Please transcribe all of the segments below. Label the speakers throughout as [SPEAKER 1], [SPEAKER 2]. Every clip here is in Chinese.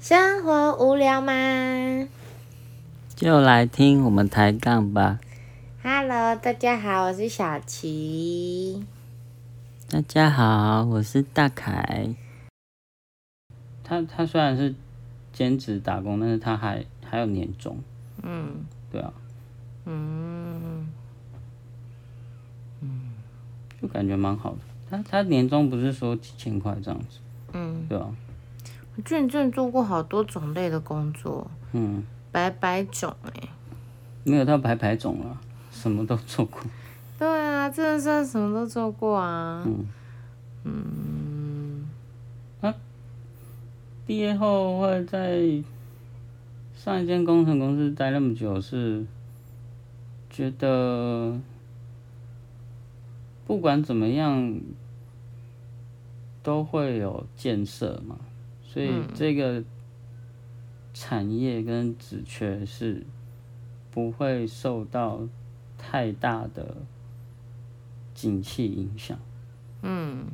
[SPEAKER 1] 生活无聊吗
[SPEAKER 2] 就来听我们抬杠吧。
[SPEAKER 1] ？Hello，大家好，我是小琪。
[SPEAKER 2] 大家好，我是大凯。他他虽然是兼职打工，但是他还还有年终。
[SPEAKER 1] 嗯
[SPEAKER 2] 对啊，
[SPEAKER 1] 嗯，
[SPEAKER 2] 就感觉蛮好的。他他年终不是说几千块这样子？
[SPEAKER 1] 嗯，
[SPEAKER 2] 对啊，
[SPEAKER 1] 我觉得你真的做过好多种类的工作，
[SPEAKER 2] 嗯，
[SPEAKER 1] 百百种哎、
[SPEAKER 2] 没有到白白种了，什么都做过。
[SPEAKER 1] 对啊，真的是什么都做过啊。
[SPEAKER 2] 嗯
[SPEAKER 1] 嗯，
[SPEAKER 2] 毕业后会在上一间工程公司待那么久，是觉得不管怎么样都会有建设嘛，所以这个产业跟职缺是不会受到太大的景气影响。
[SPEAKER 1] 嗯，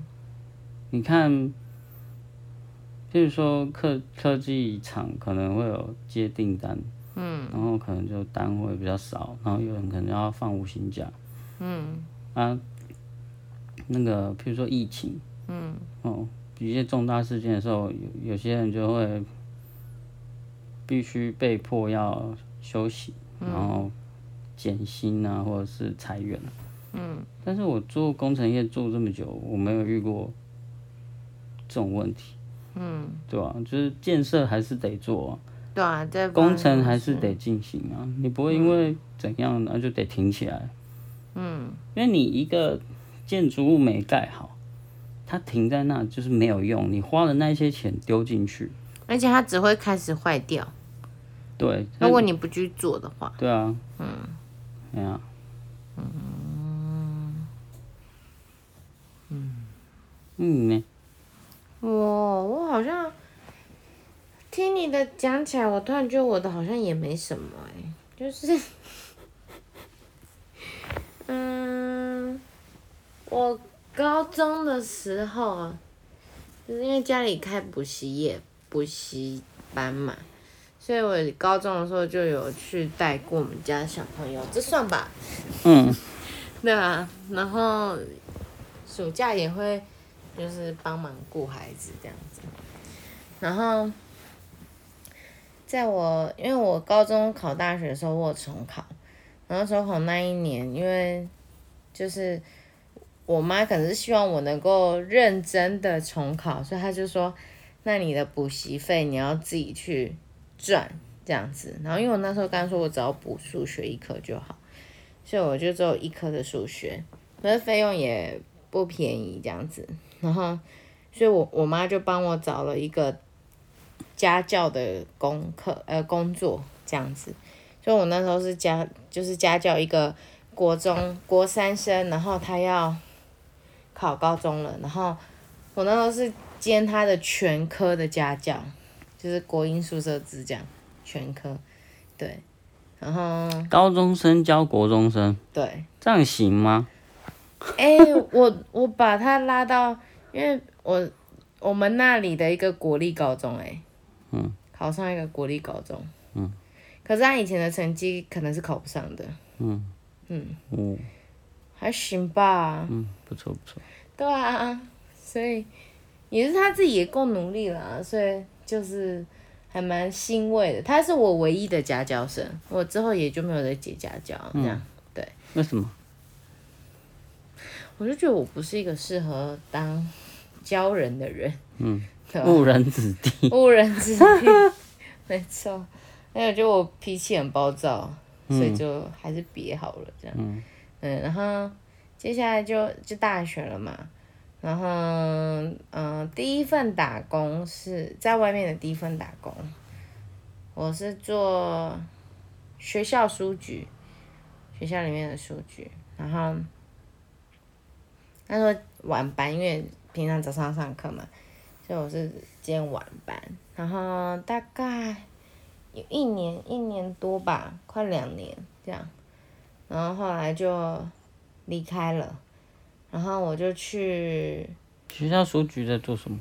[SPEAKER 2] 你看，譬如说科科技厂可能会有接订单，嗯，然后可能就单位比较少，然后有人可能要放无薪假，嗯，啊，那个譬如说疫情，嗯，哦，一些重大事件的时候，有有些人就会必须被迫要休息，然后减薪啊，或者是裁员，嗯，但是我做工程业做这么久，我没有遇过。这种问题，嗯，对吧、就是建设还是得做、
[SPEAKER 1] 对啊，这
[SPEAKER 2] 啊，工程还是得进行啊，你不会因为怎样然后就得停起来，嗯，因为你一个建筑物没盖好，它停在那就是没有用，你花了那些钱丢进去，
[SPEAKER 1] 而且它只会开始坏掉，
[SPEAKER 2] 对，
[SPEAKER 1] 如果你不去做的话。
[SPEAKER 2] 对啊，嗯，哎呀、嗯，嗯，你呢？
[SPEAKER 1] 我我好像听你的讲起来，我突然觉得我的好像也没什么哎、就是 嗯，我高中的时候啊，就是因为家里开补习业补习班嘛，所以我高中的时候就有去带过我们家小朋友，这算吧？
[SPEAKER 2] 嗯
[SPEAKER 1] 对啊，然后暑假也会就是帮忙顾孩子这样子，然后在我因为我高中考大学的时候我有重考，然后重考那一年，因为就是我妈可能是希望我能够认真的重考，所以她就说，那你的补习费你要自己去赚这样子，然后因为我那时候刚说我只要补数学一科就好。所以我就只有一科的数学，可是费用也不便宜这样子。然后，所以我我妈就帮我找了一个家教的功课呃工作这样子。所以我那时候是家就是家教一个国中国三生，然后他要考高中了，然后我那时候是兼他的全科的家教，就是国英数社支这样全科，对，然后
[SPEAKER 2] 高中生教国中生，
[SPEAKER 1] 对。
[SPEAKER 2] 这样行吗？
[SPEAKER 1] 哎、我我把他拉到，因为我我们那里的一个国立高中、哎，
[SPEAKER 2] 嗯，
[SPEAKER 1] 考上一个国立高中，
[SPEAKER 2] 嗯，
[SPEAKER 1] 可是他以前的成绩可能是考不上的，
[SPEAKER 2] 嗯
[SPEAKER 1] 嗯，
[SPEAKER 2] 哦，
[SPEAKER 1] 还行吧，
[SPEAKER 2] 嗯，不错不错，
[SPEAKER 1] 对啊，所以也是他自己也够努力了，所以就是还蛮欣慰的。他是我唯一的家教生，我之后也就没有再接家教这样。
[SPEAKER 2] 嗯为什么？
[SPEAKER 1] 我就觉得我不是一个适合当教人的人，
[SPEAKER 2] 嗯，
[SPEAKER 1] 对吧
[SPEAKER 2] 误人子弟。
[SPEAKER 1] 误人子弟， 没错。还有就我脾气很暴躁，所以就还是别好了这样。
[SPEAKER 2] 嗯
[SPEAKER 1] 嗯，然后接下来就就大学了嘛，然后嗯、呃第一份打工是在外面的第一份打工，我是做学校书局，学校里面的书局，然后他说晚班，因为平常早上上课嘛，所以我是兼晚班，然后大概有一年一年多吧，快两年这样，然后后来就离开了，然后我就去
[SPEAKER 2] 学校书局在做什么？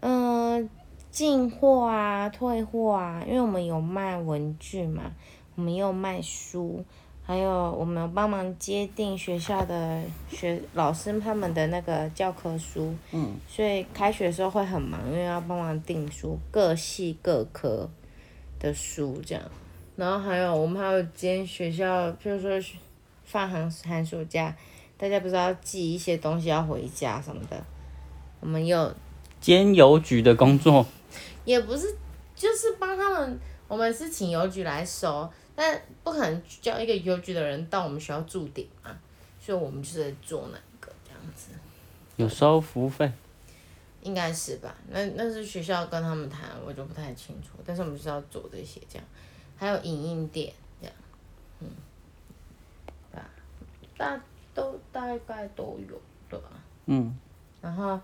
[SPEAKER 1] 嗯，进货啊、退货啊，因为我们有卖文具嘛，我们也有卖书，还有我们有帮忙接订学校的学老师他们的那个教科书，
[SPEAKER 2] 嗯，
[SPEAKER 1] 所以开学的时候会很忙，因为要帮忙订书，各系各科的书这样。然后还有我们还有兼学校，譬如说学放寒寒暑假，大家不是要寄一些东西要回家什么的，我们也有
[SPEAKER 2] 兼邮局的工作，
[SPEAKER 1] 也不是，就是帮他们，我们是请邮局来收，但不可能叫一个邮局的人到我们学校驻点嘛，所以我们就是在做那个这样子，
[SPEAKER 2] 有收服务费。
[SPEAKER 1] 应该是吧？那那是学校跟他们谈，我就不太清楚，但是我们就是要做这些这样，还有影印店这样，嗯，吧，大都大概都有对吧？
[SPEAKER 2] 嗯，
[SPEAKER 1] 然后，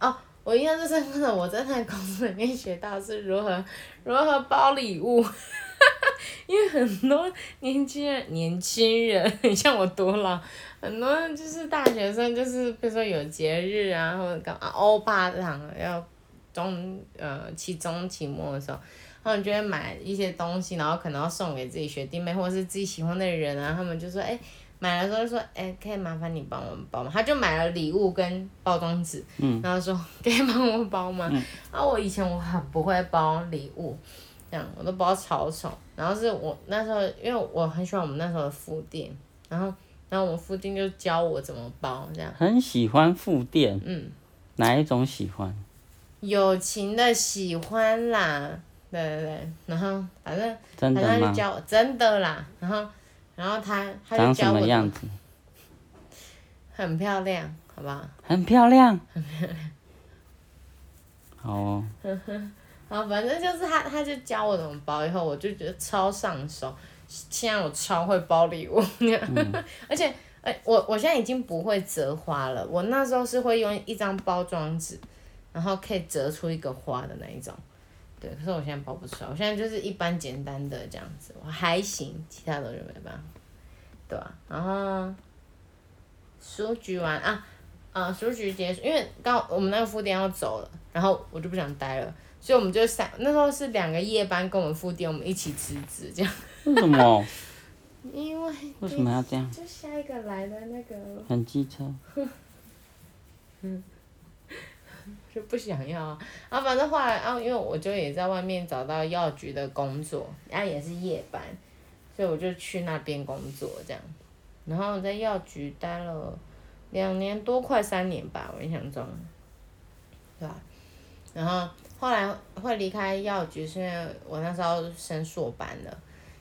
[SPEAKER 1] 哦，我印象最深刻的，我在那个公司里面学到是如何如何包礼物， 因为很多年轻人，年轻人，你像我多老，很多就是大学生，就是比如说有节日啊，或者干嘛，欧巴郎要中呃期中期末的时候。他们就会买一些东西，然后可能要送给自己学弟妹或者是自己喜欢的人啊。他们就说：“哎、买了之后就说，哎、可以麻烦你帮我们包吗？他就买了礼物跟包装纸，然后说可以帮我包吗？啊，我以前我很不会包礼物，这样我都包超丑。然后是我那时候，因为我很喜欢我们那时候的副店，然后然后我们副店就教我怎么包，这样
[SPEAKER 2] 很喜欢复店，
[SPEAKER 1] 嗯，
[SPEAKER 2] 哪一种喜欢？
[SPEAKER 1] 友情的喜欢啦，对对对，然后反正
[SPEAKER 2] 真
[SPEAKER 1] 反正他
[SPEAKER 2] 的
[SPEAKER 1] 就
[SPEAKER 2] 吗？
[SPEAKER 1] 教我真的啦，然后然后他他就
[SPEAKER 2] 长什
[SPEAKER 1] 教我
[SPEAKER 2] 么
[SPEAKER 1] 怎
[SPEAKER 2] 样
[SPEAKER 1] 么
[SPEAKER 2] 子？
[SPEAKER 1] 很漂亮，好不好？
[SPEAKER 2] 很漂亮。 好哦，
[SPEAKER 1] 然后反正就是他，他就教我怎么包，以后我就觉得超上手。现在我超会包礼物， 而且，哎、我我现在已经不会折花了。我那时候是会用一张包装纸，然后可以折出一个花的那一种。对，可是我现在包不出来，我现在就是一般简单的这样子，我还行，其他的我就没办法，对吧、然后书局完啊，啊，书局结束，因为刚我们那个副店要走了，然后我就不想待了。所以我们就三那时候是两个夜班跟我们副店，我们一起辞职这样。
[SPEAKER 2] 为什么？
[SPEAKER 1] 因为
[SPEAKER 2] 为什么要这样？
[SPEAKER 1] 就下一个来的那个
[SPEAKER 2] 很机车。
[SPEAKER 1] 就不想要啊，啊反正后来啊，因为我就也在外面找到药局的工作，然、后也是夜班，所以我就去那边工作这样。然后我在药局待了两年多，快三年吧，我印象中，对吧、然后后来会离开药局，是因为我那时候升硕班了，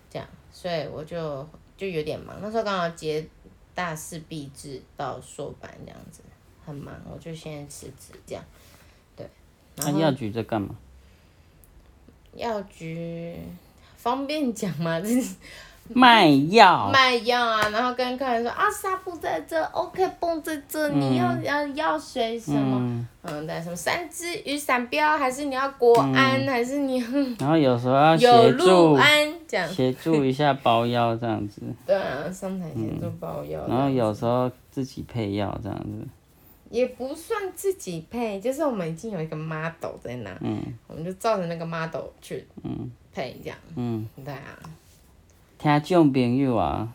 [SPEAKER 1] 这样，所以我就就有点忙。那时候刚好接大四毕制到硕班这样子，很忙，我就先辞职这样。对，然
[SPEAKER 2] 那
[SPEAKER 1] 后
[SPEAKER 2] 啊药局在干嘛？
[SPEAKER 1] 药局方便讲吗？这是
[SPEAKER 2] 卖药。
[SPEAKER 1] 卖药啊，然后跟客人说啊，纱布在这，OK 绷在这，你要要药水什么？
[SPEAKER 2] 嗯，
[SPEAKER 1] 嗯，对，什么三支雨伞标，还是你要国安，
[SPEAKER 2] 嗯
[SPEAKER 1] 还是你要
[SPEAKER 2] 然后有时候要
[SPEAKER 1] 嗯有
[SPEAKER 2] 协
[SPEAKER 1] 路
[SPEAKER 2] 助
[SPEAKER 1] 安这样？
[SPEAKER 2] 协助一下包药这样子，
[SPEAKER 1] 对啊，上台前做包药的，
[SPEAKER 2] 嗯然后有时候自己配药这样子。
[SPEAKER 1] 也不算自己配，就是我们已经有一个 model 在那，
[SPEAKER 2] 嗯
[SPEAKER 1] 我们就照着那个 model 去
[SPEAKER 2] 嗯
[SPEAKER 1] 配这样，
[SPEAKER 2] 嗯，
[SPEAKER 1] 对啊。
[SPEAKER 2] 听众朋友啊，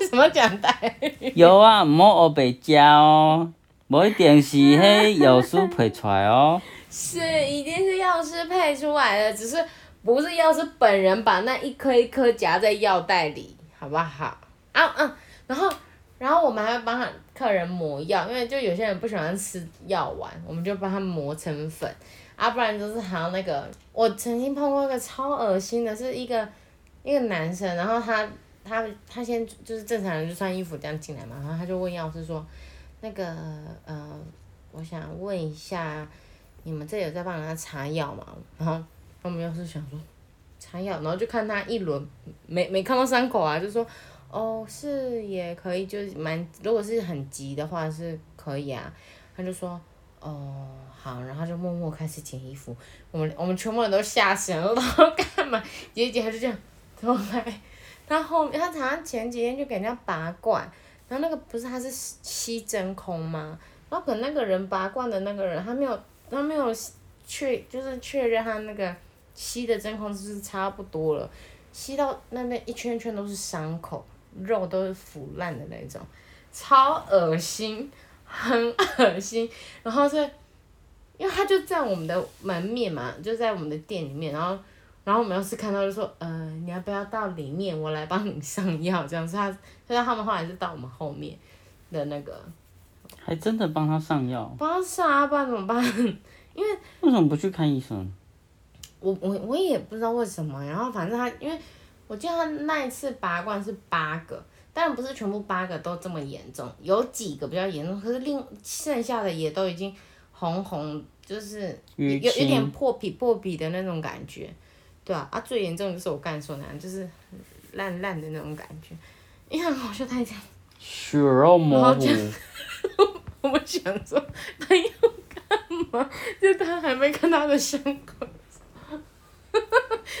[SPEAKER 1] 为什么讲台语？
[SPEAKER 2] 药啊唔好学白食哦，无一定是迄药师配出来哦。
[SPEAKER 1] 是，一定是药师配出来的，只是不是药师本人把那一颗一颗夹在药袋里，好不好？啊嗯，然后然后我们还会帮他客人磨药，因为就有些人不喜欢吃药丸，我们就帮他磨成粉，啊，不然就是还有那个，我曾经碰过一个超恶心的，是一个一个男生，然后他他他先就是正常人就穿衣服这样进来嘛，然后他就问药师说，那个呃，我想问一下。你们这里有在帮人家擦药吗？然后我们要是想说擦药，然后就看他一轮没没看到伤口啊，就说哦是也可以，就是蛮如果是很急的话是可以啊。他就说哦好，然后就默默开始剪衣服。我们我们全部人都吓死了，都不 知道干嘛？姐姐他就这样，怎么办？他后面他好像前几天就给人家拔罐，然后那个不是他是吸真空吗？然后可能那个人拔罐的那个人他没有他没有确就是确认它那个吸的真空就是差不多了，吸到那边一圈圈都是伤口，肉都是腐烂的那种，超恶心，很恶心。然后是，因为它就在我们的门面嘛，就在我们的店里面，然后。然后我们要是看到就说，呃，你要不要到里面，我来帮你上药这样子。他，所以他们后来是到我们后面的那个，
[SPEAKER 2] 还真的帮他上药，
[SPEAKER 1] 不知道上啊，不然怎么办？
[SPEAKER 2] 为什么不去看医生？
[SPEAKER 1] 我我我也不知道为什么。然后反正他，因为我记得他那一次拔罐是八个，当然不是全部八个都这么严重，有几个比较严重，可是另剩下的也都已经红红，就是有
[SPEAKER 2] 淤
[SPEAKER 1] 有有点
[SPEAKER 2] 青，
[SPEAKER 1] 破皮破皮的那种感觉，对啊，啊最严重就是我刚才说的那样，就是烂烂的那种感觉，因为好像他已经，
[SPEAKER 2] 血肉模
[SPEAKER 1] 然后
[SPEAKER 2] 糊
[SPEAKER 1] 就，我们想说他要干嘛，就他还没看他的伤口。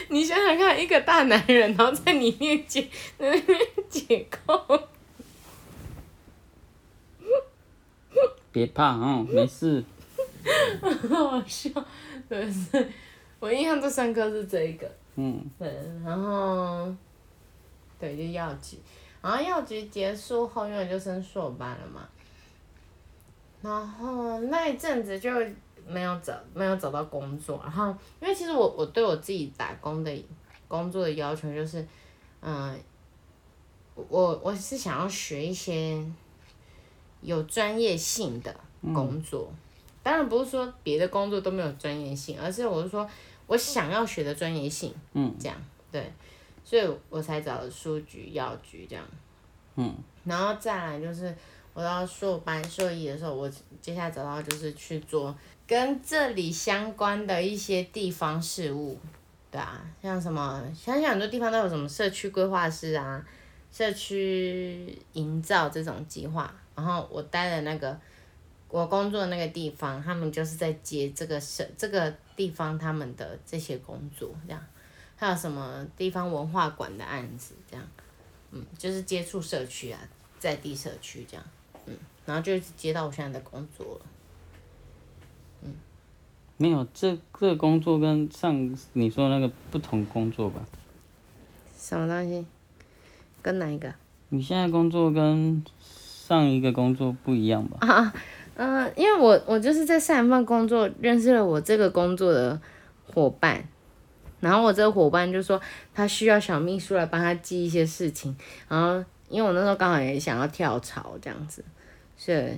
[SPEAKER 1] 你想想看，一个大男人，然后在你面前在那边解构，
[SPEAKER 2] 别怕嗯，没事。
[SPEAKER 1] 好笑，对，所以我印象最深刻是这一个。
[SPEAKER 2] 嗯，
[SPEAKER 1] 对，然后，对，就药局，然后药局结束后，因为就升硕班了嘛，然后那一阵子就没有找没有找到工作，然后因为其实我我对我自己打工的工作的要求就是，嗯、我我是想要学一些有专业性的工作，当然不是说别的工作都没有专业性，而是我是说我想要学的专业性。这样对，所以我才找了书局、药局这样。嗯，然后再来就是我到硕班、硕一的时候，我接下来找到就是去做跟这里相关的一些地方事务，对啊，像什么，想想很多地方都有什么社区规划师啊、社区营造这种计划，然后我待的那个。我工作的那个地方，他们就是在接这个社这个地方他们的这些工作，这样。还有什么地方文化馆的案子这样，嗯，就是接触社区啊，在地社区这样，嗯，然后就接到我现在的工作了。
[SPEAKER 2] 没有这这个工作跟上你说的那个不同工作吧？
[SPEAKER 1] 什么东西？跟哪一个？
[SPEAKER 2] 你现在工作跟上一个工作不一样吧？
[SPEAKER 1] 嗯、因为我我就是在上一份工作认识了我这个工作的伙伴，然后我这个伙伴就说他需要小秘书来帮他记一些事情，然后因为我那时候刚好也想要跳槽这样子，所以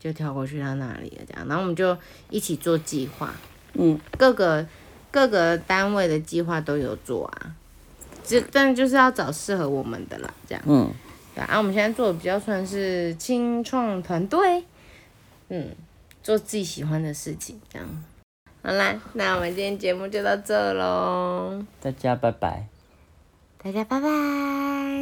[SPEAKER 1] 就跳过去他那里了这样，然后我们就一起做计划，
[SPEAKER 2] 嗯，
[SPEAKER 1] 各个各个单位的计划都有做啊，就但就是要找适合我们的啦，这样。
[SPEAKER 2] 嗯，
[SPEAKER 1] 对啊，我们现在做的比较算是清创团队，嗯，做自己喜欢的事情这样。好啦，那我们今天节目就到这喽，
[SPEAKER 2] 大家拜拜。
[SPEAKER 1] 大家拜拜。